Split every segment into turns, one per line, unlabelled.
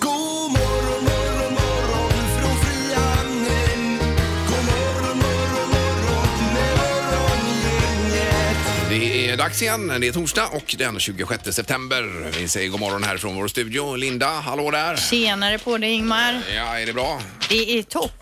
God morgon, morgon, morgon från Frihamnen. God morgon, morgon, morgon med morgongänget.
Det är dags igen. Det är torsdag och den 26 september. Vi säger god morgon här från vår studio. Linda, hallå där!
Tjenare på dig Ingmar.
Ja, är det bra?
Det är toppen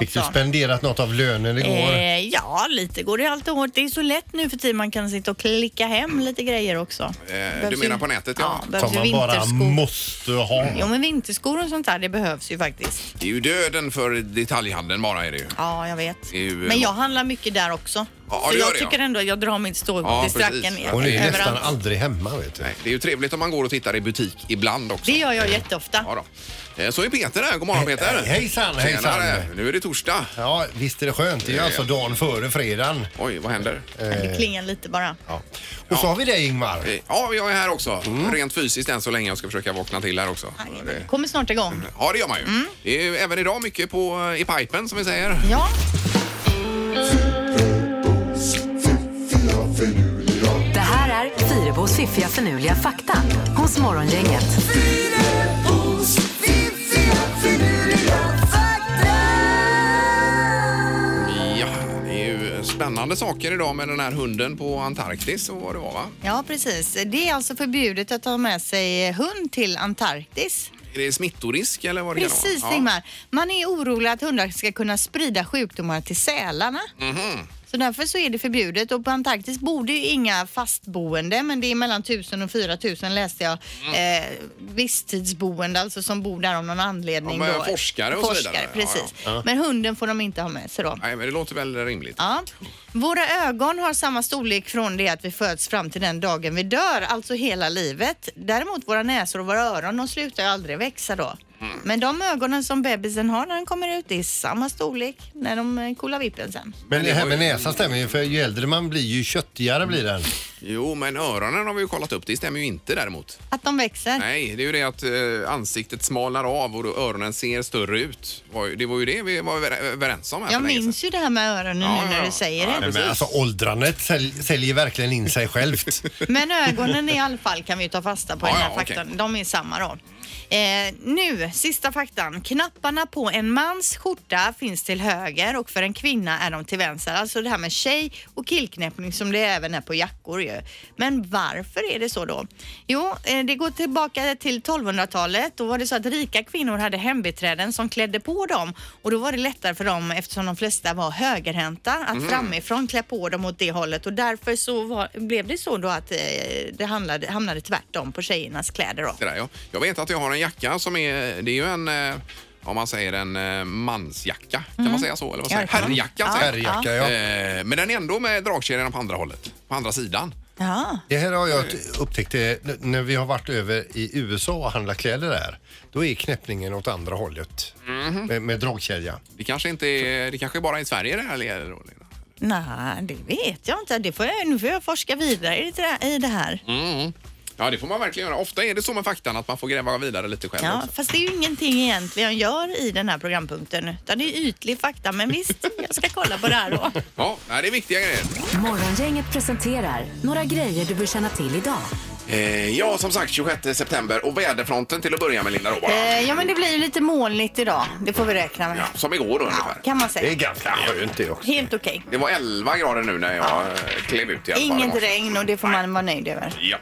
Fick du
alltså.
spenderat något av lönen igår?
Eh, ja, lite går det alltid åt. Det är så lätt nu för tiden. Man kan sitta och klicka hem lite grejer också.
Eh, du
Behövs
menar
ju-
på nätet, ja.
Ja, behövs
Som
ju
man bara
vinterskor. Mm.
måste ha.
Jo, men vinterskor och sånt där, det behövs ju faktiskt.
Det är ju döden för detaljhandeln bara är det ju.
Ja, jag vet.
Det är ju-
Men jag handlar mycket där också.
Ja,
så
det gör
jag
det,
tycker
ja.
ändå att jag drar mitt strå
Ja,
till stracken
precis.
Hon är ju
överallt.
nästan aldrig hemma vet du.
Nej, det är ju trevligt om man går och tittar i butik ibland också.
Det gör jag jätteofta.
Ja, då. Eh, Så är Peter här. God morgon Peter!
He- eh, hejsan,
Tjenare.
hejsan.
Nu är det torsdag.
Ja, visst är det skönt. Det är ju alltså dagen före fredagen.
Oj, vad händer?
Eh.
Det klingar lite bara.
Ja. Och så har vi dig Ingmar.
Eh, Ja, jag är här också.
Mm.
Rent fysiskt än så länge. Jag ska försöka vakna till här också. Det- Mm.
Kommer snart igång.
Ja, det gör man ju.
Mm.
Det är ju även idag mycket på, eh, i pipen som vi säger.
Ja,
Det här är Fyrabos fiffiga förnuliga fakta hos Morgongänget.
Fyrabos fiffiga finurliga fakta.
Ja, det är ju spännande saker idag med den här hunden på Antarktis och vad det var va?
ja, precis. Det är alltså förbjudet att ha med sig hund till Antarktis.
Är det smittorisk eller vad det kan
Precis
vara?
Ingmar. Man är orolig att hundar ska kunna sprida sjukdomar till sälarna.
Mhm.
Så därför så är det förbjudet och på Antarktis borde ju inga fastboende men det är mellan 1000 och 4000 läste jag.
Mm.
Eh, visstidsboende alltså som bor där av någon
Ja,
anledning.
men
då.
forskare och så vidare.
Forskare,
Ja,
Precis. Men hunden får de inte ha med sig då.
Ja. Nej, men det låter väl rimligt.
Ja. Våra ögon har samma storlek från det att vi föds fram till den dagen vi dör, alltså hela livet. Däremot våra näsor och våra öron, de slutar ju aldrig växa då. Men de ögonen som bebisen har när den kommer ut, det är samma storlek när de eh, coolar vippen sen.
Men det här med näsan stämmer ju för ju äldre man blir ju köttigare blir den.
Jo, men öronen har vi ju kollat upp. Det stämmer ju inte däremot.
Att de växer.
Nej, det är ju det att eh, ansiktet smalnar av och då öronen ser större ut. Var ju- Det var ju det vi var över- överens om här
Jag
för länge
minns
sedan.
ju det här med öronen
Ja,
nu när
ja,
du säger
ja.
det.
Nej, men
precis.
alltså åldrandet säl- säljer verkligen in sig självt.
Men ögonen i all fall kan vi ju ta fasta på i
Ja,
den här
ja,
faktan.
okej.
De är samma då. Eh, nu, sista faktan. Knapparna på en mans skjorta finns till höger och för en kvinna är de till vänster. Alltså det här med tjej och killknäppning som det även är på jackor ju. Men varför är det så då? Jo, eh, det går tillbaka till 1200-talet. Då var det så att rika kvinnor hade hembiträden som klädde på dem och då var det lättare för dem eftersom de flesta var högerhänta att framifrån klä på dem åt det hållet och därför så var, blev det så då att eh, det handlade, hamnade tvärtom på tjejernas kläder då.
Det där, ja. Jag vet att jag har en jacka som är... Det är ju en... eh, Om man säger en eh, mansjacka, kan man säga så? Eller vad säger
Mm. Ja, det kan man.
Herrjacka,
Ja.
säger man.
Herrjacka, ja.
Eh, Men den är ändå med dragkedjorna på andra hållet, på andra sidan.
Ja,
Det här har jag t- upptäckt eh, n- när vi har varit över i USA och handlat kläder där. Då är knäppningen åt andra hållet med, med dragkedja.
Det kanske inte är, det kanske bara är i Sverige det här leder då, Lena.
nej det vet jag inte. Det får jag, nu får jag forska vidare i det, i det här.
Ja, det får man verkligen göra. Ofta är det så med faktan att man får gräva vidare lite själv
Ja,
också.
fast det är ju ingenting egentligen jag gör i den här programpunkten utan det är ytlig fakta men visst, jag ska kolla på det här då.
Ja, nej, det är viktiga grejer.
Morgongänget presenterar några grejer du bör känna till idag.
Eh, ja, som sagt, 26 september och väderfronten till att börja med, Linda, då bara.
Eh, ja men det blir ju lite molnigt idag, det får vi räkna med.
Ja, som igår då
Ja,
ungefär.
kan man
Det är
säga.
ganska skönt det också.
Helt okej.
Det var 11 grader nu när jag eh, klev ut i alla fall.
Inget regn och det får man vara nöjd över.
Ja.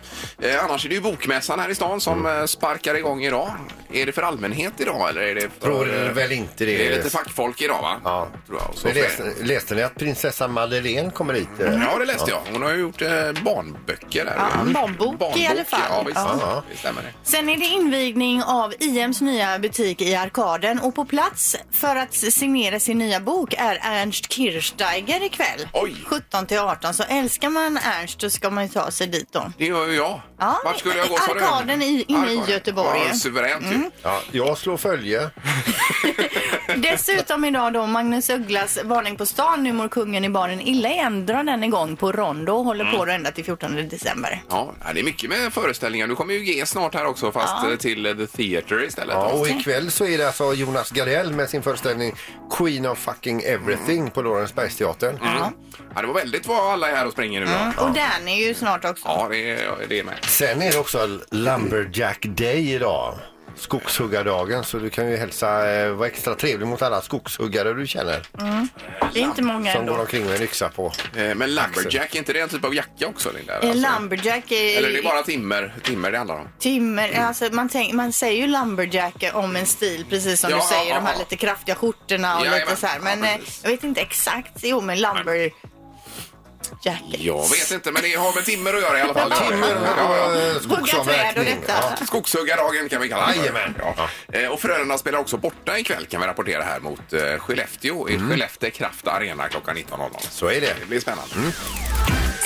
Eh, annars är det ju Bokmässan här i stan som
Mm.
eh, sparkar igång idag. Är det för allmänhet idag eller är det för... eh,
Tror det väl inte det.
Det är lite fackfolk idag va?
Ja.
Tror jag. Så
Men
sker-
läste, läste ni att prinsessa Madeleine kommer hit? eh?
Ja, det läste jag. Hon har ju gjort eh, barnböcker. Där.
Ja, en barnbok i alla fall.
Ja, visst.
Ja.
Det stämmer. det.
Sen är det invigning av IMs nya butik i Arkaden och på plats för att signera sin nya bok är Ernst Kirchsteiger ikväll.
Oj.
17 till 18 så älskar man Ernst då ska man ju ta sig dit då.
Det gör ju jag.
Ja,
Vart skulle jag gå? sa du?
Arkaden i- Mm. inne i
Arkaden.
Göteborg.
Ja, suveränt ju.
Ja, jag slår följe.
Dessutom idag då Magnus Ugglas Varning på stan, Nu mår kungen i baren illa igen. Drar den igång på Rondo och håller
Mm.
på då ända till 14 december.
Ja, det är mycket med föreställningar. Du kommer ju ge snart här också fast eh, till eh, The Theatre istället.
Ja, och ikväll så är det alltså Jonas Gardell med sin föreställning Queen of fucking everything på Lorensbergsteatern.
Mm. Ja, det var väldigt vad alla är här och springer nu. då.
Och den är ju snart också.
Ja, det är, det är med.
Sen är det också Lumberjack Day idag. Skogshuggardagen, så du kan ju hälsa, eh, vara extra trevlig mot alla skogshuggare du känner.
Det är inte många
Som går
ändå.
omkring med en yxa på.
Eh, Men Lumberjack, är inte det en typ av jacka också Linda?
Eh,
Alltså,
Lumberjack är,
Eller det är bara timmer, timmer det handlar om?
timmer. Alltså man, tänk, man säger ju lumberjack om en stil precis som
Ja,
du säger.
ja,
de här
ja.
lite kraftiga skjortorna och lite
Jajamän.
så här.
Ja,
Men eh,
precis.
jag vet inte exakt. Jo men lumberjack.
Jag vet inte, men det har med timmer att göra i alla fall.
Timmer
Ja, ja, ja.
och eh,
träd och
skogsavverkning.
detta.
Ja.
Skogshuggardagen kan vi kalla det för.
Jajamän.
Ja. Eh, Och Frölunda spelar också borta ikväll kan vi rapportera här mot eh, Skellefteå i Skellefteå Kraft Arena klockan 19.00.
Mm. Så är det. Mm.
Det blir spännande.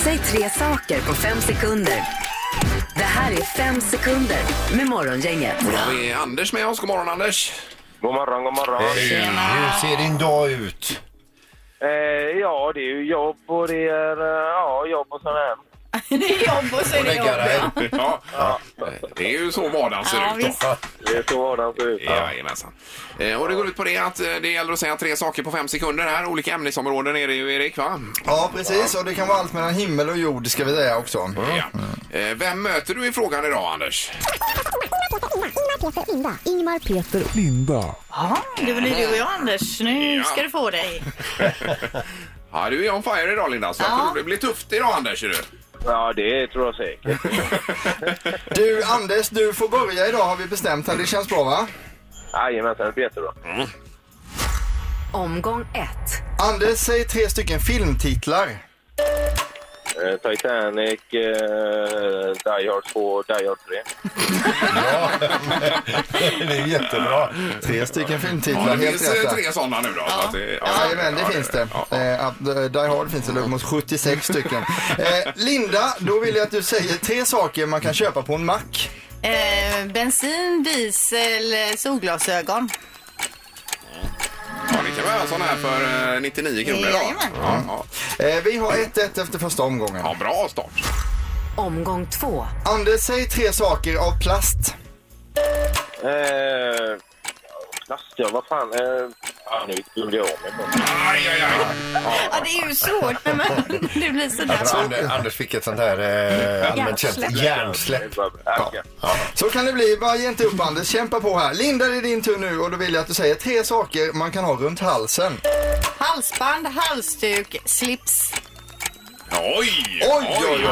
Säg tre saker på fem sekunder. Det här är fem sekunder med Morgongänget.
Då har vi Anders med oss. God morgon Anders!
God morgon, god morgon.
Hej, hur ser din dag ut?
Eh, ja, det är ju jobb och det är eh, ja, jobb och sånt här.
Det är jobb och så är det
Lägga
jobb.
dig.
Ja. Eh, Det är ju så vardagen ser
Ja,
ut. Då.
visst.
Det är så vardagen ser ut.
Jajamensan. Eh, Och det går ut på det att eh, det gäller att säga tre saker på fem sekunder här. Olika ämnesområden är det ju Erik va?
Ja, precis. Och det kan vara allt mellan himmel och jord ska vi säga också.
Mm.
Ja. Eh, Vem möter du i frågan idag Anders?
Ja, det blir du och jag Anders. Nu ska du få dig.
Ja, du är on fire idag Linda, så jag
Ja.
tror det blir tufft idag Anders. Är du.
Ja, det tror jag säkert.
Du, Anders, du får börja idag har vi bestämt här. Det känns bra va?
Jajamensan, det blir jättebra.
Omgång ett.
Anders, säg tre stycken filmtitlar.
Eh, Titanic, eh, Die Hard 2, Die Hard 3.
Det är jättebra.
Tre stycken filmtitlar,
Ja, det
helt
finns
rätt.
eh,
där.
tre sådana nu då. så att det- ja,
Jajamän, det
ja,
finns det.
ja.
Eh, att, eh, Die Hard finns det uppemot 76 stycken. Eh, Linda, då vill jag att du säger tre saker man kan köpa på en mack.
Eh, bensin, diesel, eh, solglasögon.
Ja, det kan vara en sån här för eh, 99 kronor idag.
Jajamän.
Ja, ja.
Eh, vi har 1-1 efter första omgången.
ja, bra start.
Omgång två.
Anders, säg tre saker av plast.
Eh, plast, ja, vad fan. Eh, ja, nu glömde jag av mig.
Aj, aj, aj.
Ja, det är ju svårt när man det blir sådär.
Anders, Anders fick ett sånt här eh, allmänt känt hjärnsläpp.
Äh, Ja.
Ja.
Så kan det bli, bara ge inte upp Anders, kämpa på här. Linda det är din tur nu och då vill jag att du säger tre saker man kan ha runt halsen.
Halsband, halsduk, slips.
Oj,
Oj, oj, oj,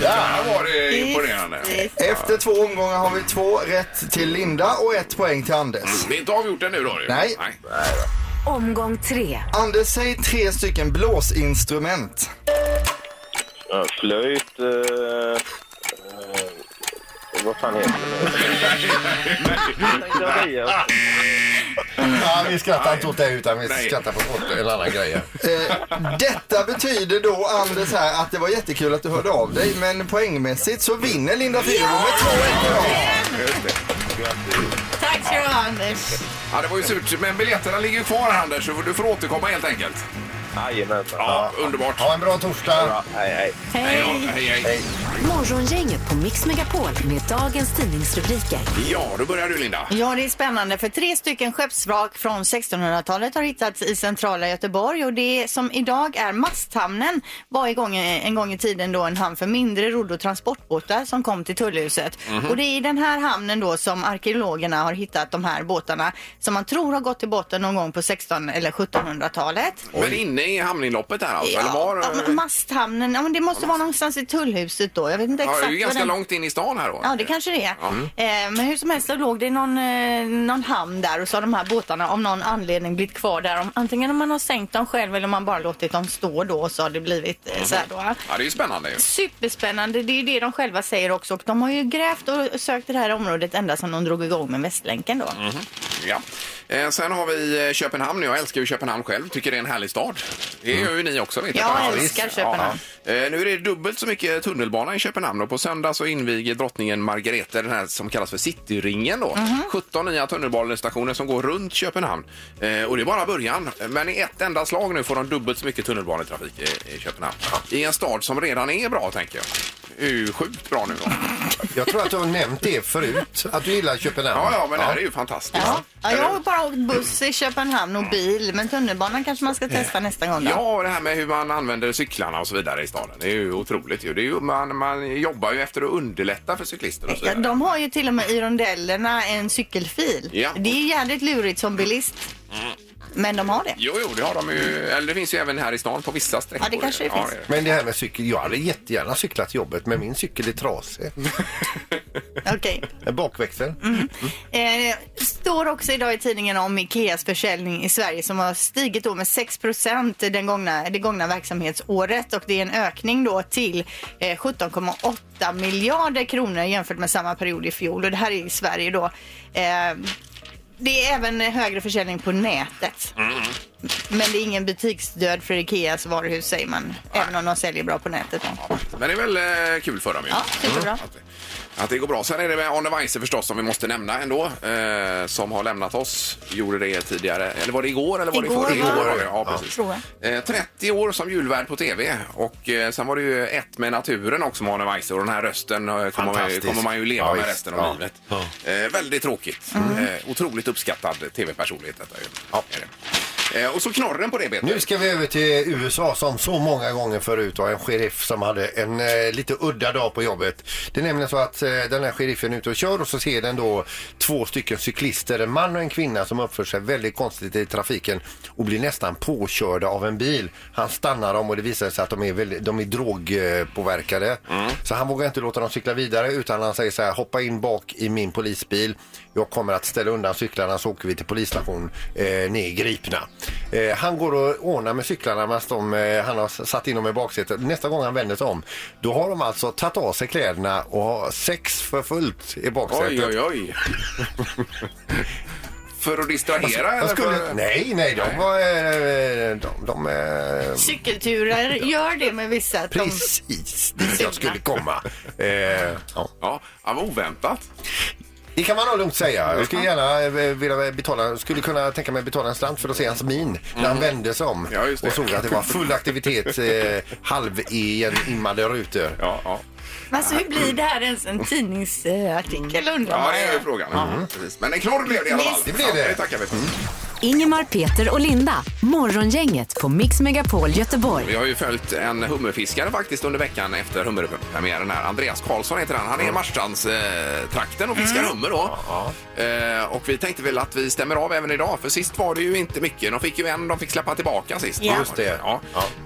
Där var det imponerande.
Efter två omgångar har vi två rätt till Linda och ett poäng till Anders.
Det är inte avgjort ännu då? Ju.
Nej.
Omgång tre.
Anders, säg tre stycken blåsinstrument.
Ja, Flöjt, eh, eh, vad fan heter det?
Ja, vi skrattar inte åt det utan vi
Nej.
skrattar på en annan grej.
Eh, detta betyder då Anders här att det var jättekul att du hörde av dig men poängmässigt så vinner Linda Fyrebo med två rätt idag.
Tack ska du ha Anders.
Ja, det var ju surt, men biljetterna ligger ju kvar Anders, så du får återkomma helt enkelt.
Jajamensan.
Ja, underbart.
Ha en bra torsdag.
Bra, Hej, hej.
Ja,
Hej.
hej, hej.
Morgongänget på Mix Megapol med dagens tidningsrubriker.
Ja, då börjar du Linda.
Ja, det är spännande för tre stycken skeppsvrak från 1600-talet har hittats i centrala Göteborg och det som idag är Masthamnen var igång, en gång i tiden då en hamn för mindre rodd och transportbåtar som kom till Tullhuset.
Mhm.
Och det är i den här hamnen då som arkeologerna har hittat de här båtarna som man tror har gått till botten någon gång på 16 eller 1700-talet.
Men inne i hamninloppet här alltså? Eller var?
Ja, men masthamnen, ja, men det måste vara någonstans i Tullhuset då. Jag vet inte
Ja,
exakt.
det är ju
vad
ganska
den-
långt in i stan här då.
Ja, det kanske det är. Eh, men hur som helst så låg det någon, eh, någon hamn där och så har de här båtarna om någon anledning blivit kvar där. Om, antingen om man har sänkt dem själv eller om man bara låtit dem stå då och så har det blivit eh, så här då. va?
Ja, det är ju spännande ju.
Superspännande, det är ju det de själva säger också. Och de har ju grävt och sökt det här området ända sedan de drog igång med Västlänken då.
Ja. Eh, Sen har vi eh, Köpenhamn. Jag älskar ju Köpenhamn själv. Tycker det är en härlig stad. Det gör ju ni också. Vet
Jag älskar
visst.
Köpenhamn.
Ja. Eh, Nu är det dubbelt så mycket tunnelbana i Köpenhamn och på söndag så inviger drottningen Margrethe den här som kallas för Cityringen då.
Mhm.
17 nya tunnelbanestationer som går runt Köpenhamn. Eh, Och det är bara början. Men i ett enda slag nu får de dubbelt så mycket tunnelbanetrafik eh, i- i Köpenhamn. I en stad som redan är bra tänker jag. Det är ju sjukt bra nu då.
Jag tror att du har nämnt det förut, att du gillar Köpenhamn.
Ja, ja, men det här är ju fantastiskt.
Ja. Ja, jag har bara åkt buss i Köpenhamn och bil, men tunnelbanan kanske man ska testa nästa gång då.
Ja, och det här med hur man använder cyklarna och så vidare i staden. Det är ju otroligt. Ju. Det är ju, man, man jobbar ju efter att underlätta för cyklister och så
Ja,
vidare.
de har ju till och med i rondellerna en cykelfil.
Ja.
Det är jävligt lurigt som bilist, men de har det.
Jo, jo, det har de ju. Eller det finns ju även här i stan på vissa sträckor.
Ja, det kanske det finns.
är
Men det här med cykel, jag hade jättegärna cyklat till jobbet men min cykel är trasig.
Okej.
Bakväxeln.
Mm. Eh, står också idag i tidningen om Ikeas försäljning i Sverige som har stigit då med 6 den gångna, det gångna verksamhetsåret och det är en ökning då till eh, 17,8 miljarder kronor jämfört med samma period i fjol och det här är i Sverige då. Eh, det är även högre försäljning på nätet. Men det är ingen butiksdöd för Ikeas varuhus säger man, även om de säljer bra på nätet. Då.
Men det är väl eh, kul för dem ju.
Ja, superbra.
Att, det- att det går bra. Sen är det med Arne Weise förstås som vi måste nämna ändå. Eh, som har lämnat oss. Gjorde det tidigare. Eller var det igår? Eller var det i
Igår,
förrgår?
va?
Igår, Ja, precis.
Tror jag.
Eh, 30 år som julvärd på tv och eh, sen var det ju ett med naturen också med Arne Weise och den här rösten eh, kommer man, ju-
Fantastiskt.
kommer man ju leva
Ja,
med
visst.
resten av
Ja.
livet. Eh, väldigt tråkigt.
Mm.
Eh, otroligt uppskattad tv-personlighet detta ju. Ja. Är det. Eh, och så knorren på det Peter.
Nu ska vi över till USA som så många gånger förut var en sheriff som hade en eh, lite udda dag på jobbet. Det är nämligen så att eh, den här sheriffen är ute och kör och så ser den då två stycken cyklister, en man och en kvinna som uppför sig väldigt konstigt i trafiken och blir nästan påkörda av en bil. Han stannar dem och det visar sig att de är, väldigt, de är drogpåverkade. Så han vågar inte låta dem cykla vidare utan han säger så här, hoppa in bak i min polisbil. Jag kommer att ställa undan cyklarna så åker vi till polisstationen. Eh, ni är gripna. Eh, han går och ordnar med cyklarna medan de, eh, han har s- satt in dem i baksätet. Nästa gång han vänder sig om, då har de alltså tagit av sig kläderna och har sex för fullt i baksätet.
Oj, oj, oj. för att distrahera
Jag
eller?
skulle,
för...
nej, nej, de var... eh, De, de, eh,
Cykelturer gör det med vissa. att de-
precis dit jag skulle komma. Eh, ja.
Ja, ja, vad oväntat.
Det kan man nog lugnt säga. Jag skulle gärna eh, vilja betala, skulle kunna tänka mig betala en slant för att se hans min när han vände sig om
Mm. Ja, just det.
och såg att det var full aktivitet, eh, halvigenrimmade rutor.
Ja, ja.
Men alltså hur blir det här ens en tidningsartikel undrar
ja
man
det är ju frågan. Precis. Men en knorr blev det i alla fall.
Det blev det.
Ja, det tackar vi Mm. för.
Ingemar, Peter och Linda. Morgongänget på Mix Megapol Göteborg.
Vi har ju följt en hummerfiskare faktiskt under veckan efter hummerpremiären här. Andreas Karlsson heter han. Han är i Marstrands eh, trakten och fiskar hummer då. Eh, och vi tänkte väl att vi stämmer av även idag för sist var det ju inte mycket. De fick ju en, de fick släppa tillbaka sist.
Ja.
Just det.
Ja.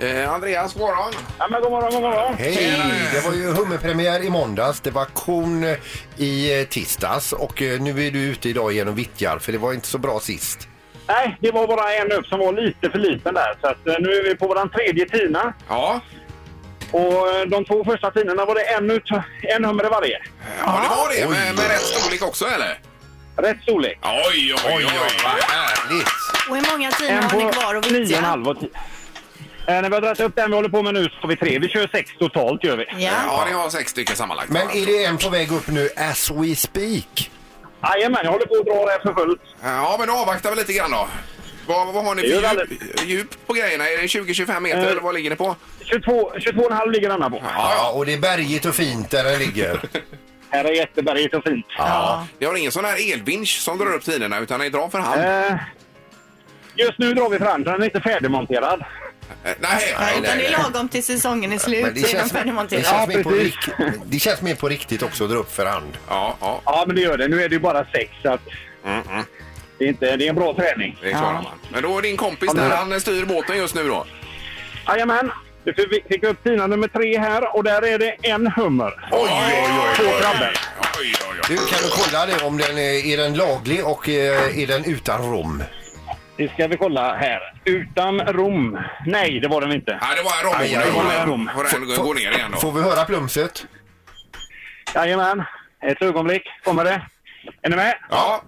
Eh, Andreas, god morgon.
Ja, men god morgon, god morgon.
Hej! Det var ju hummerpremiär i måndags, det var kon i eh, tisdags och eh, nu är du ute idag genom Vittjar för det var inte så bra sist.
Nej, det var bara en upp som var lite för liten där. Så att, eh, nu är vi på vår tredje tina.
Ja.
Och eh, de två första tinorna var det en, ut, en hummer i varje.
ja, det var det. Med, med rätt storlek också eller?
Rätt storlek.
Oj, oj, oj. vad härligt.
Och hur många timmar
En
har ni
på
kvar att
nio och en
vittja?
halv och tio. Eh, när vi har dragit upp den vi håller på med nu så har vi tre. Vi kör sex totalt gör vi.
Ja.
Ja, ni har sex stycken sammanlagt.
Men är det en på väg upp nu as we speak?
Jajamän, jag håller på att dra det här för fullt.
Ja, men då avvaktar vi lite grann då. Vad, vad har ni
Det gör Eh.
för
det
djup, djup på grejerna? Är det 20-25 meter eller vad ligger ni på?
22, 22,5 ligger denna på.
Ja, och det är bergigt och fint där den ligger.
Här är jätteberget och fint.
Ja.
Ni har ingen sån här elvinsch som drar upp tiderna utan ni drar för hand?
Eh, just nu drar vi fram den, den är inte färdigmonterad.
Eh, nej,
Nej,
nej,
utan det
nej.
är lagom till säsongen är slut.
Men
Det känns, är de
det,
ja.
känns mer på
precis.
rikt, det känns mer på riktigt också att dra upp för hand.
Ja, ja,
Ja, men det gör det. Nu är det ju bara sex, så att det, är inte, det är en bra träning.
det klarar man. Men då är din kompis där, han styr båten just nu då?
Jajamän! Nu fick vi- fick vi upp tina nummer tre här och där är det en hummer.
Oj, oj, oj!
Två krabbor.
oj, oj,
Du, kan du kolla det om den är, är den laglig och eh, är den utan rom?
Det ska vi kolla här. Utan rom. Nej, det var den inte.
Nej, det var en robin.
Aj, aj,
aj.
Nu får den gå- gå ner igen då.
Får vi höra plumset?
Jajamän. Ett ögonblick. Kommer det. Är ni med?
Ja,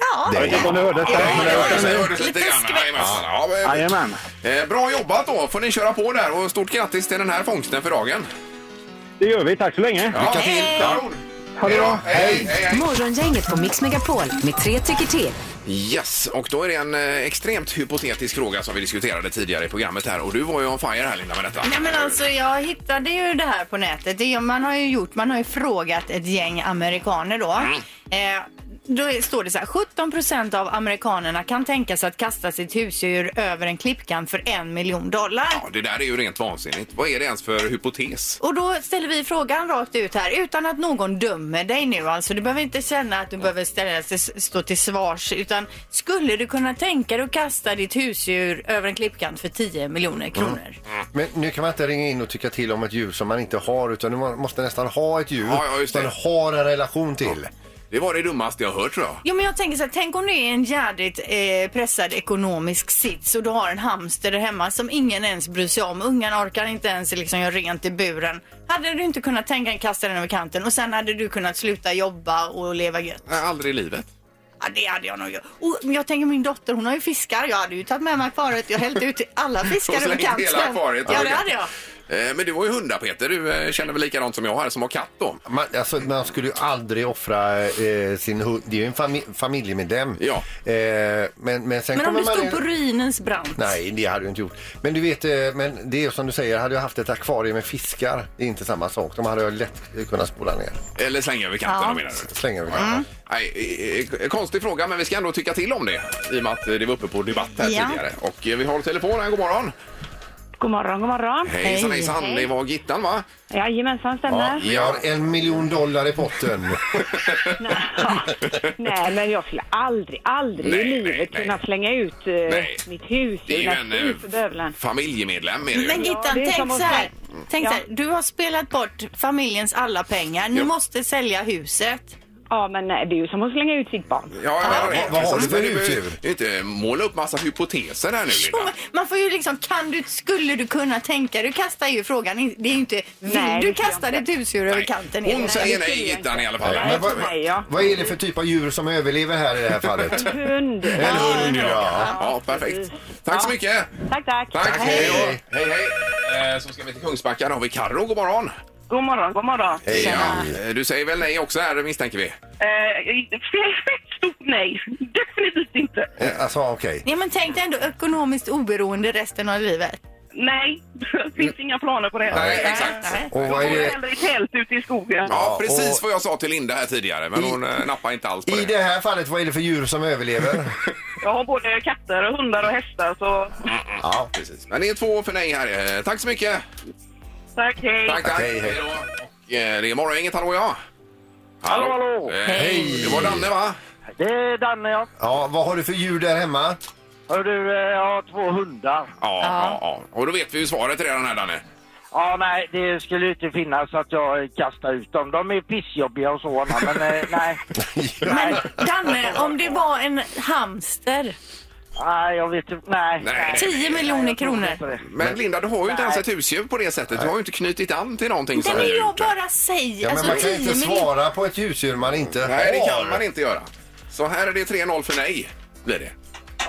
Ja.
Det-
vet inte om ni hörde det. men det var-
Det hördes lite grann. Jajamensan. Ja, men-
Jajamän.
Eh, Bra jobbat då! får ni köra på där och stort grattis till den här fångsten för dagen.
Det gör vi. Tack så länge.
Ja, Lycka till!
Ha det bra.
Hej, hej, hej.
Morgongänget på Mix Megapol med tre tycker till.
Yes, och då är det en eh, extremt hypotetisk fråga som vi diskuterade tidigare i programmet här och du var ju on fire här Linda med detta.
Nej men alltså jag hittade ju det här på nätet. Det, är ju- man har ju gjort, man har ju frågat ett gäng amerikaner då. Eh, då är- står det så här, 17 procent av amerikanerna kan tänka sig att kasta sitt husdjur över en klippkant för en miljon dollar.
Ja, det där är ju rent vansinnigt. Vad är det ens för hypotes?
Och då ställer vi frågan rakt ut här utan att någon dömer dig nu alltså. Du behöver inte känna att du behöver ställa sig, stå till svars utan skulle du kunna tänka dig att kasta ditt husdjur över en klippkant för 10 miljoner kronor?
Men nu kan man inte ringa in och tycka till om ett djur som man inte har utan du må- måste nästan ha ett djur
Ja, ja, just det.
man har en relation till.
Det var det dummaste jag hört tror jag.
Jo men jag tänker så här, tänk om du är i en jädrigt eh, pressad ekonomisk sits och du har en hamster där hemma som ingen ens bryr sig om. Ungarna orkar inte ens liksom göra rent i buren. Hade du inte kunnat tänka dig att kasta den över kanten och sen hade du kunnat sluta jobba och leva gött?
Nej, aldrig i livet.
Ja, det hade jag nog gjort. Och men jag tänker min dotter, hon har ju fiskar. Jag hade ju tagit med mig akvariet. Jag hällt ut alla
Och
fiskar över
slängt hela
kanten.
akvariet
Ja,
över
det hade jag.
Eh, Men du var ju hundar Peter, du eh, känner väl likadant som jag här som har katt då?
Man, alltså, man skulle ju aldrig offra eh, sin hund. Det är ju en fami- familjemedlem.
Ja.
Eh, men, men sen
Men om
kommer
du
man
stod
in-
på ruinens brant.
Nej, det hade du inte gjort. Men du vet, eh, men det är som du säger, hade jag haft ett akvarium med fiskar, det är inte samma sak. De hade jag lätt kunnat spola ner.
Eller slänga över kanten
Ja.
om menar du?
Slänga över kanten.
Nej, eh, eh, konstig fråga men vi ska ändå tycka till om det i och med att eh, det var uppe på debatt här
Ja.
tidigare. Och eh, vi har telefon här, god morgon.
God morgon, god morgon.
Hejsan hejsan,
Hej.
det var Gittan va?
Jajamensan,
Ja,
stämmer.
vi har en miljon dollar i potten.
Nej, men jag skulle aldrig, aldrig
Nej,
i livet
nej, nej.
kunna slänga ut eh,
Nej.
mitt hus.
Det är ju
Mina
en
hus på
eh,
bövelen.
familjemedlem är det
Men
ju.
Gittan,
det är
tänk
som att
så här. Tänk
Ja.
så här. Du har spelat bort familjens alla pengar. Ni
Ja.
måste sälja huset.
Ja, men nej, det är ju som att slänga ut sitt barn.
Ja, ja, ja,
Vad- vad har
precis.
du för
Men behöver ju-
husdjur?
du inte måla upp massa hypoteser här nu
Jo, men
Linda.
Man får ju liksom, kan du, skulle du kunna tänka Du kastar ju frågan. Det är ju inte, vill
Nej,
du
det tror jag
kasta
inte.
ditt husdjur över kanten?
Hon säger
det
nej
skulle jag
Gittan
inte.
i alla fall.
Nej,
Nej,
men vad-
för mig, ja.
Vad är det för typ av djur som överlever här i det här fallet?
Hund.
En hund, ja.
Ja, perfekt. Tack så mycket.
Tack, tack.
Tack, hej då.
Hej.
Hej, hej. Eh, Så ska vi till Kungsbacka. Där har vi Carro. God morgon.
God morgon, god morgon.
Ja, eh, du säger väl nej också här misstänker vi?
Eh, ett stort nej. Definitivt inte.
Eh, Alltså, okej.
Ja, men tänk dig ändå ekonomiskt oberoende resten av livet.
Nej, det finns inga planer på det.
Nej, exakt.
Nej.
Och vad är det?
i tält ute i skogen.
Ja,
Ja,
precis
och-
vad jag sa till Linda här tidigare, men hon eh, nappar inte alls på
I
det.
det här fallet, vad är det för djur som överlever?
Jag har både katter, och hundar och hästar, så
Ja,
Precis. Men det är två för nej här. Eh, Tack så mycket!
tack, hej.
Tack, tack!
Hej, hej.
Hej då. Och, eh, det är Morgongänget, hallå ja!
Hallå, hallå.
Eh,
Hej.
Det var Danne va?
Det är Danne, ja.
ja, vad har du för djur där hemma?
Hör du, eh, jag har två hundar.
Ja, ja, ja. Och då vet vi ju svaret redan här Danne.
Ja, nej, det skulle ju inte finnas att jag kastar ut dem. De är pissjobbiga och så, va, men eh, nej.
Men Danne, om det var en hamster,
Nej, jag vet inte. Nej.
Nej.
10 miljoner
Jag tror
kronor.
inte det.
Men Linda, du har ju inte
Nej.
ens ett husdjur på det sättet. Du har ju inte knutit an till någonting
Nej,
som
men
vi har
jag
gjort.
bara säger.
Ja, men
alltså,
man kan
10
inte
miljoner.
svara på ett husdjur man inte har.
Nej, det kan man inte göra. Så här är det 3-0 för nej, blir det.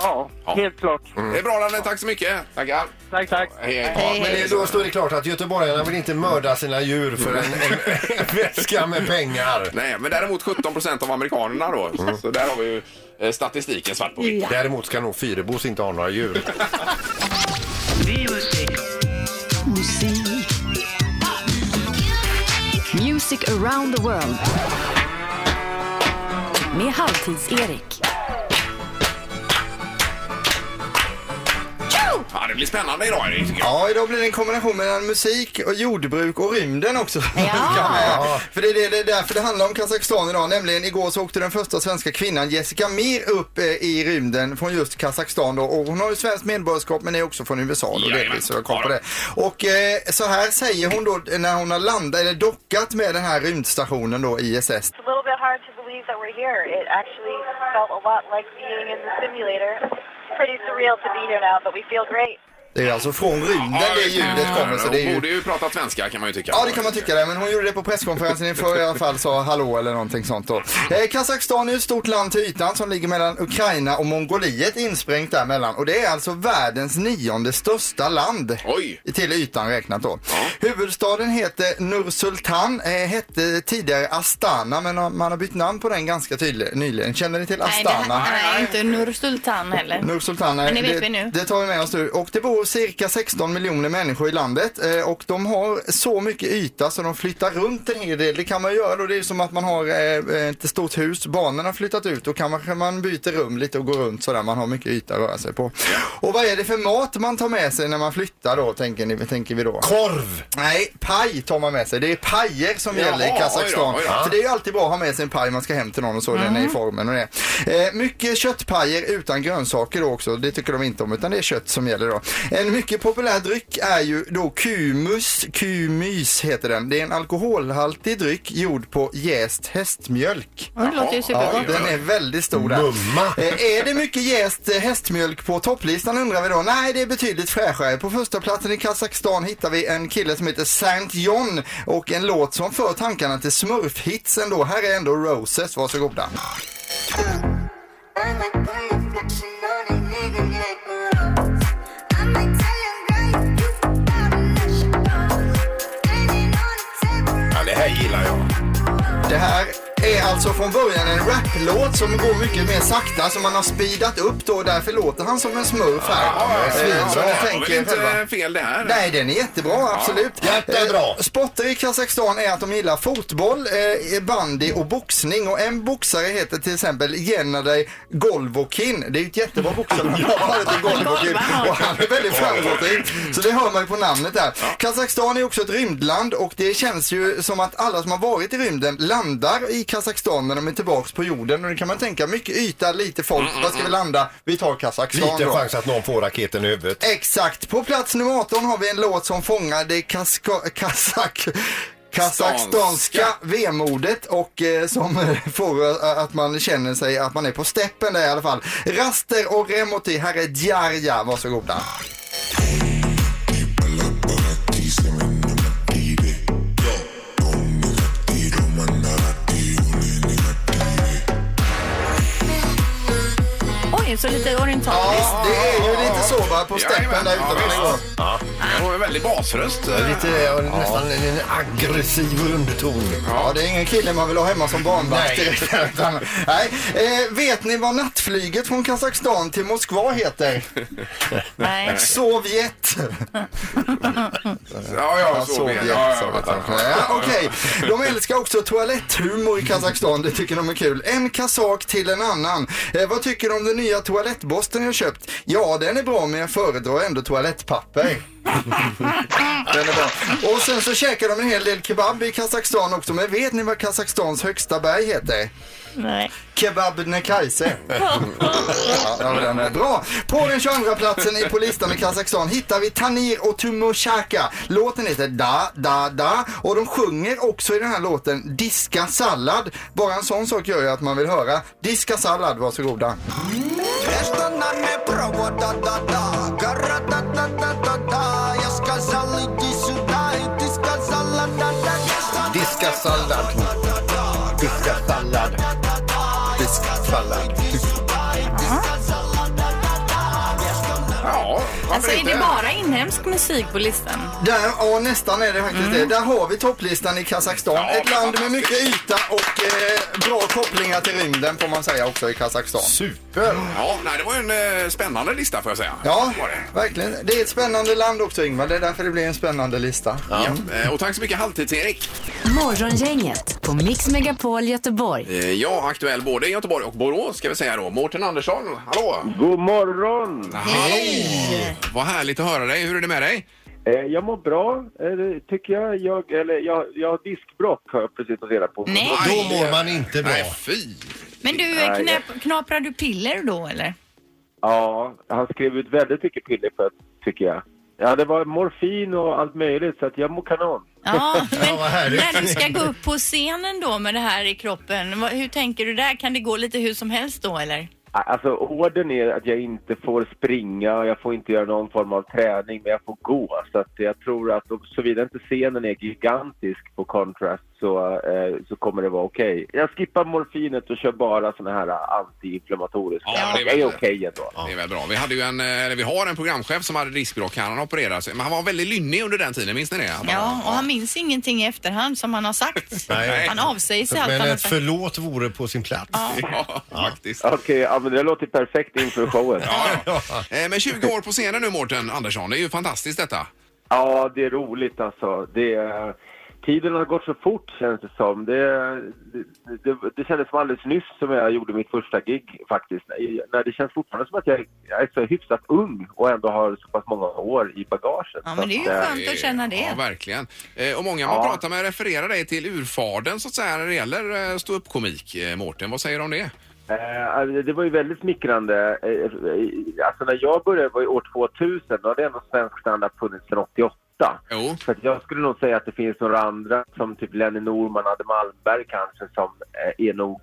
Ja, helt klart.
Det är bra Danne, tack så mycket! Tackar!
Tack, tack.
Hej, hej.
Mm. Ja, men det, då står det klart att göteborgarna vill inte mörda sina djur för en, en, en väska med pengar.
Nej, men däremot 17 procent av amerikanerna då.
Mm.
Så där har vi ju eh, statistiken svart på vitt.
Däremot ska nog Fyrebos inte ha några djur.
Music around the world. Med Halvtids-Erik.
Ja, det blir spännande idag Erik. tycker jag.
Ja, idag blir det en kombination mellan musik och jordbruk och rymden också. Ja. För det är det, det är därför det handlar om Kazakstan idag. Nämligen igår så åkte den första svenska kvinnan Jessica Mir upp eh, i rymden från just Kazakstan då. Och hon har ju svenskt medborgarskap men är också från USA då
Jajamän.
delvis. Så jag kom
Ja,
på det. Och eh, så här säger hon då när hon har landat eller dockat med den här rymdstationen då ISS.
It's a little bit hard to believe that we're here. It actually felt a lot like being in the simulator. It's pretty surreal to be here now, but we feel great.
Det är alltså från rymden
Ja,
det
visst.
ljudet kommer. Så det är
Hon
ju...
borde ju prata svenska kan man ju tycka.
Ja, det kan man tycka det. Men hon gjorde det på presskonferensen inför i alla fall, sa hallå eller någonting sånt då. Eh, Kazakstan är ju ett stort land till ytan som ligger mellan Ukraina och Mongoliet insprängt däremellan. Och det är alltså världens nionde största land.
Oj!
Till ytan räknat då. Huvudstaden heter Nursultan, eh, hette tidigare Astana men har- man har bytt namn på den ganska tydlig, nyligen. Känner ni till
Nej, det
Astana?
här, nej, inte Nursultan heller.
Nursultan,
Men det vet
det,
vi nu.
det tar vi med oss nu. Och det bor cirka 16 miljoner människor i landet eh, och de har så mycket yta så de flyttar runt en hel del. Det kan man göra då, det är som att man har eh, ett stort hus, barnen har flyttat ut, då kan man, man byter rum lite och går runt sådär, man har mycket yta att röra sig på. Och vad är det för mat man tar med sig när man flyttar då, tänker, ni, tänker vi då?
Korv!
Nej, paj tar man med sig. Det är pajer som
Jaha,
gäller i
oj
Kazakstan.
då, oj då.
Så det är ju alltid bra att ha med sig en paj man ska hem till någon och så den är i formen och det. Eh, mycket köttpajer utan grönsaker då också. Det tycker de inte om utan det är kött som gäller då. En mycket populär dryck är ju då kumus. Kumys heter den. Det är en alkoholhaltig dryck gjord på jäst hästmjölk.
Ja, det låter ju
Ja,
supergott.
den är väldigt stor där.
Mumma.
Eh, är det mycket jäst eh, hästmjölk på topplistan undrar vi då? Nej, det är betydligt fräschare. På första platsen i Kazakstan hittar vi en kille som heter Saint John och en låt som för tankarna till smurfhitsen då. Här är ändå Roses, varsågoda.
Ja, det här gillar jag.
Det här är alltså från början en rapplåt som går mycket mer sakta som man har speedat upp då. Därför låter han som en smurf här. Eh, så
det
jag
var
tänker
väl inte
själva.
fel det här?
Nej, den är jättebra, absolut.
jättebra.
Eh, Sporter i Kazakstan är att de gillar fotboll, eh, bandy och boxning. Och en boxare heter till exempel Gennadij Golvokin. Det är ju ett jättebra boxarnamn. Han heter Golvokin och han är väldigt framgångsrik. Så det hör man ju på namnet där. Kazakstan är också ett rymdland och det känns ju som att alla som har varit i rymden landar i Kazakstan när de är tillbaks på jorden. Och det kan man tänka, mycket yta, lite folk. Var ska vi landa? Vi tar Kazakstan
Liten
då.
chans att någon får raketen i huvudet.
Exakt. På plats nummer 18 har vi en låt som fångar det kaska- kazak kazakstanska vemodet och eh, som eh, får eh, att man känner sig att man är på steppen där i alla fall. Raster och Remoti, här är Djarja, varsågoda.
Oj, så lite orientaliskt.
Ja, det är ju lite så va, på steppen där
Ja,
ute.
visst. Det var en väldigt basröst. eh.
Lite, ja. nästan en aggressiv underton.
Ja, det är ingen kille man vill ha hemma som barnvakt.
Nej.
direkt. Utan- Nej. Eh, vet ni vad nattflyget från Kazakstan till Moskva heter?
Nej.
Sovjet!
Ja, ja, så
Sovjet,
vet jag. Ja, ja,
Sovjet,
ja, ja.
ja, Okej, de älskar också toaletthumor i Kazakstan. Det tycker de är kul. En kazak till en annan. Eh, vad tycker du om den nya toalettborsten jag köpt? Ja, den är bra men jag föredrar ändå toalettpapper. Den är bra. Och sen så käkar de en hel del kebab i Kazakstan också. Men vet ni vad Kazakstans högsta berg heter?
Nej.
Kebabnekaise. ja, ja, den är bra. På den 22 platsen i på listan i Kazakstan hittar vi Tanir och Tumushaka. Låten heter Da, Da, Da och de sjunger också i den här låten Diska sallad. Bara en sån sak gör ju att man vill höra Diska sallad, varsågoda.
Diska sallad. Diska sallad. Diska sallad.
Ja, varför
Alltså är
inte?
det bara inhemsk musik på listan?
Där, ja nästan är det faktiskt det. Där har vi topplistan i Kazakstan.
Ja,
Ett land med
fantastiskt.
mycket yta och eh, bra kopplingar till rymden får man säga också i Kazakstan.
Super!
Ja, nej, det var ju en eh, spännande lista får jag säga.
Ja,
Var det.
verkligen. Det är ett spännande land också Ingvar. Det är därför det blir en spännande lista.
Ja, eh, och tack så mycket Halvtids-Erik.
Morgongänget på Mix Megapol Göteborg.
Eh, Ja, aktuell både i Göteborg och Borås ska vi säga då. Mårten Andersson, hallå!
God morgon!
Hej! Vad härligt att höra dig. Hur är det med dig?
Eh, jag mår bra, eh, tycker jag. jag eller jag, jag har diskbråck har jag precis fått reda på.
Nej.
Då mår man inte bra.
Nej, fy!
Men du,
Nej.
knäpp, knaprar du piller då eller?
Ja, han skrev ut väldigt mycket piller för tycker jag. Ja, det var morfin och allt möjligt så att jag mår kanon.
Ja, men
vad härligt.
när du ska gå upp på scenen då med det här i kroppen, vad- hur tänker du där? Kan det gå lite hur som helst då eller?
Alltså orden är att jag inte får springa och jag får inte göra någon form av träning, men jag får gå. Så att jag tror att om- såvida inte scenen är gigantisk på Contrast så, eh, så kommer det vara okej. Jag skippar morfinet och kör bara såna här antiinflammatoriska.
Ja, det
jag
är
är
väl det.
okej ändå.
Det är väl bra. Vi, hade ju en, eh, eller vi har en programchef som hade diskbråck. här. Han opererade sig. Men han var väldigt lynnig under den tiden, minns ni det? Han bara-
Ja, och han minns ingenting i efterhand som han har sagt.
Nej.
Han avsäger sig allt han har sagt.
förlåt vore på sin plats.
Ja, faktiskt.
Okej, ja, men det låter perfekt inför showen.
Eh, Men 20 år på scenen nu, Mårten Andersson. Det är ju fantastiskt detta.
Ja, det är roligt alltså. Det är, tiden har gått så fort känns det som. Det, det, det, det kändes som alldeles nyss som jag gjorde mitt första gig faktiskt. Nej, det känns fortfarande som att jag, jag är så hyfsat ung och ändå har så pass många år i bagaget.
Ja, men det är ju
Så att, eh,
skönt att känna det.
Ja, verkligen. Eh, Och många man pratar med refererar dig till urfaden så att säga när det gäller eh, ståuppkomik. Eh, Mårten, vad säger du om det?
Eh, alltså, det var ju väldigt smickrande. Eh, eh, Alltså när jag började var i år 2000, då hade ändå svensk standard funnits sedan 88. Så att jag skulle nog säga att det finns några andra som typ Lenny Norman, Adde Malmberg kanske som eh, är nog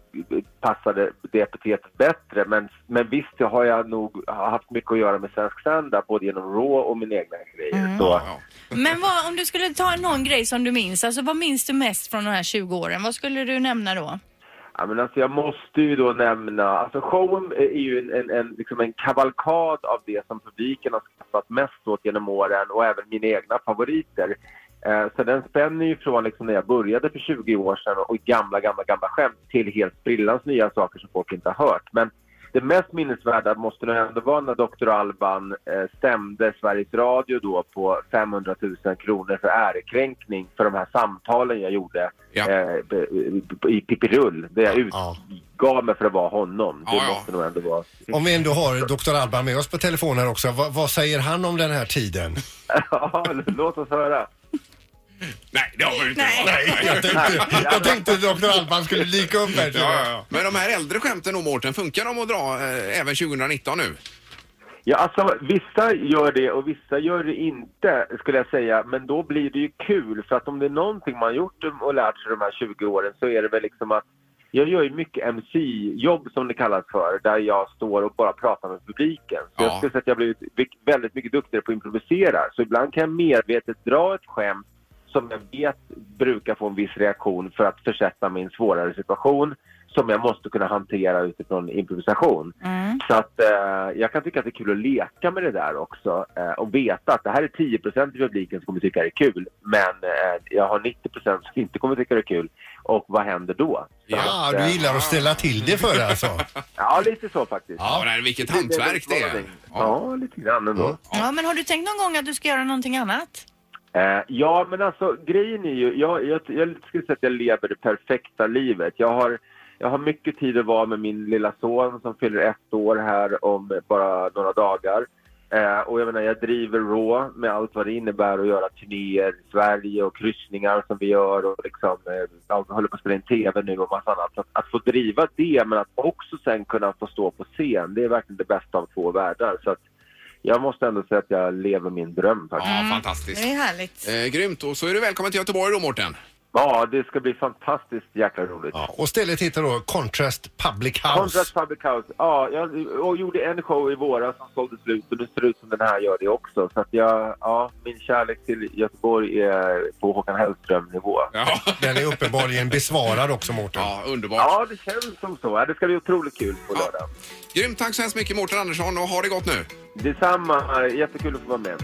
passade det epitetet bättre. Men, men visst det har jag nog haft mycket att göra med svensk standard, både genom Raw och min egna grejer. Så,
Men vad, om du skulle ta någon grej som du minns, alltså vad minns du mest från de här 20 åren? Vad skulle du nämna då?
Ja, men alltså jag måste ju då nämna... Alltså showen är ju en, en, en, liksom en kavalkad av det som publiken har skrattat mest åt genom åren och även mina egna favoriter. Eh, så den spänner ju från liksom när jag började för 20 år sedan och gamla, gamla, gamla skämt till helt sprillans nya saker som folk inte har hört. Men det mest minnesvärda måste nog ändå vara när Dr. Alban eh, stämde Sveriges Radio då på 500 000 kronor för ärekränkning för de här samtalen jag gjorde eh, b- b- i Pippirull där jag utgav mig för att vara honom. Det måste nog ändå vara...
Om vi ändå har Dr. Alban med oss på telefon här också, vad, vad säger han om den här tiden?
Ja, låt oss höra.
Nej, det har vi inte.
Nej, jag tänkte, jag tänkte Dr. Alban skulle dyka upp här.
Men de här äldre skämten och Mårten, funkar de att dra eh, även 2019 nu?
Ja, alltså vissa gör det och vissa gör det inte skulle jag säga. Men då blir det ju kul för att om det är någonting man gjort och lärt sig de här 20 åren så är det väl liksom att jag gör ju mycket MC-jobb som det kallas för, där jag står och bara pratar med publiken. Så jag skulle säga att jag har blivit vik- väldigt mycket duktigare på att improvisera. Så ibland kan jag medvetet dra ett skämt som jag vet brukar få en viss reaktion för att försätta mig i en svårare situation som jag måste kunna hantera utifrån improvisation. Så att eh, jag kan tycka att det är kul att leka med det där också eh, och veta att det här är 10 i publiken som kommer tycka det är kul men eh, jag har 90 som inte kommer tycka det är kul och vad händer då? Så
Ja,
att,
Ah, du
eh,
gillar att ställa till det för dig alltså.
Ja, lite så faktiskt.
Ja, nej, vilket hantverk det är.
Ja, lite grann ändå.
Ja, men har du tänkt någon gång att du ska göra någonting annat?
Eh, ja, men alltså grejen är ju, jag, jag, jag skulle säga att jag lever det perfekta livet. Jag har, jag har mycket tid att vara med min lilla son som fyller ett år här om bara några dagar. Eh, och jag menar, jag driver Raw med allt vad det innebär att göra turnéer i Sverige och kryssningar som vi gör och liksom, eh, ja, vi håller på att spela in TV nu och massa annat. Så att, att få driva det men att också sen kunna få stå på scen, det är verkligen det bästa av två världar. Så att, jag måste ändå säga att jag lever min dröm faktiskt.
Ja, fantastiskt.
Det är härligt.
Eh, grymt. Och så är du välkommen till Göteborg då, Mårten.
Ja, det ska bli fantastiskt jäkla roligt.
Och stället heter då Contrast Public House.
Contrast Public House. Ja, jag och gjorde en show i våras som sålde slut och nu ser det ut som den här gör det också. Så att jag, ja, min kärlek till Göteborg är på Håkan Hellström-nivå.
Ja.
Den är uppenbarligen besvarad också Mårten.
Ja, underbart.
ja, det känns som så. Ja, Det ska bli otroligt kul på lördag.
Grymt. Tack så hemskt mycket, Mårten Andersson, och ha det gott nu.
Detsamma. Jättekul att få vara med.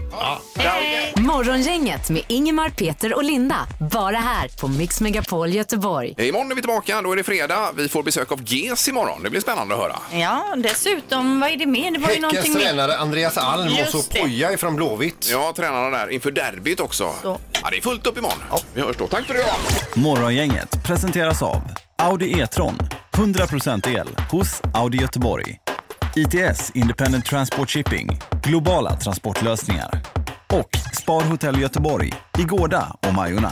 Morgongänget med Ingemar, Peter och Linda. Bara här på Mix Megapol Göteborg.
Eh, Imorgon är vi tillbaka. Då är det fredag. Vi får besök av GES imorgon. Det blir spännande att höra.
Ja, dessutom, vad är det mer? Det var ju
Häckens
någonting
tränare Andreas Alm och
Just
så
det.
Poja ifrån Blåvitt.
Ja, tränarna där inför derbyt också.
Så.
Ja, det är fullt upp imorgon. Vi hörs då. Tack för idag!
Morgongänget presenteras av Audi E-tron. 100% el hos Audi Göteborg. ITS Independent Transport Shipping. Globala transportlösningar. Och Spar Hotel Göteborg i Gårda och Majorna.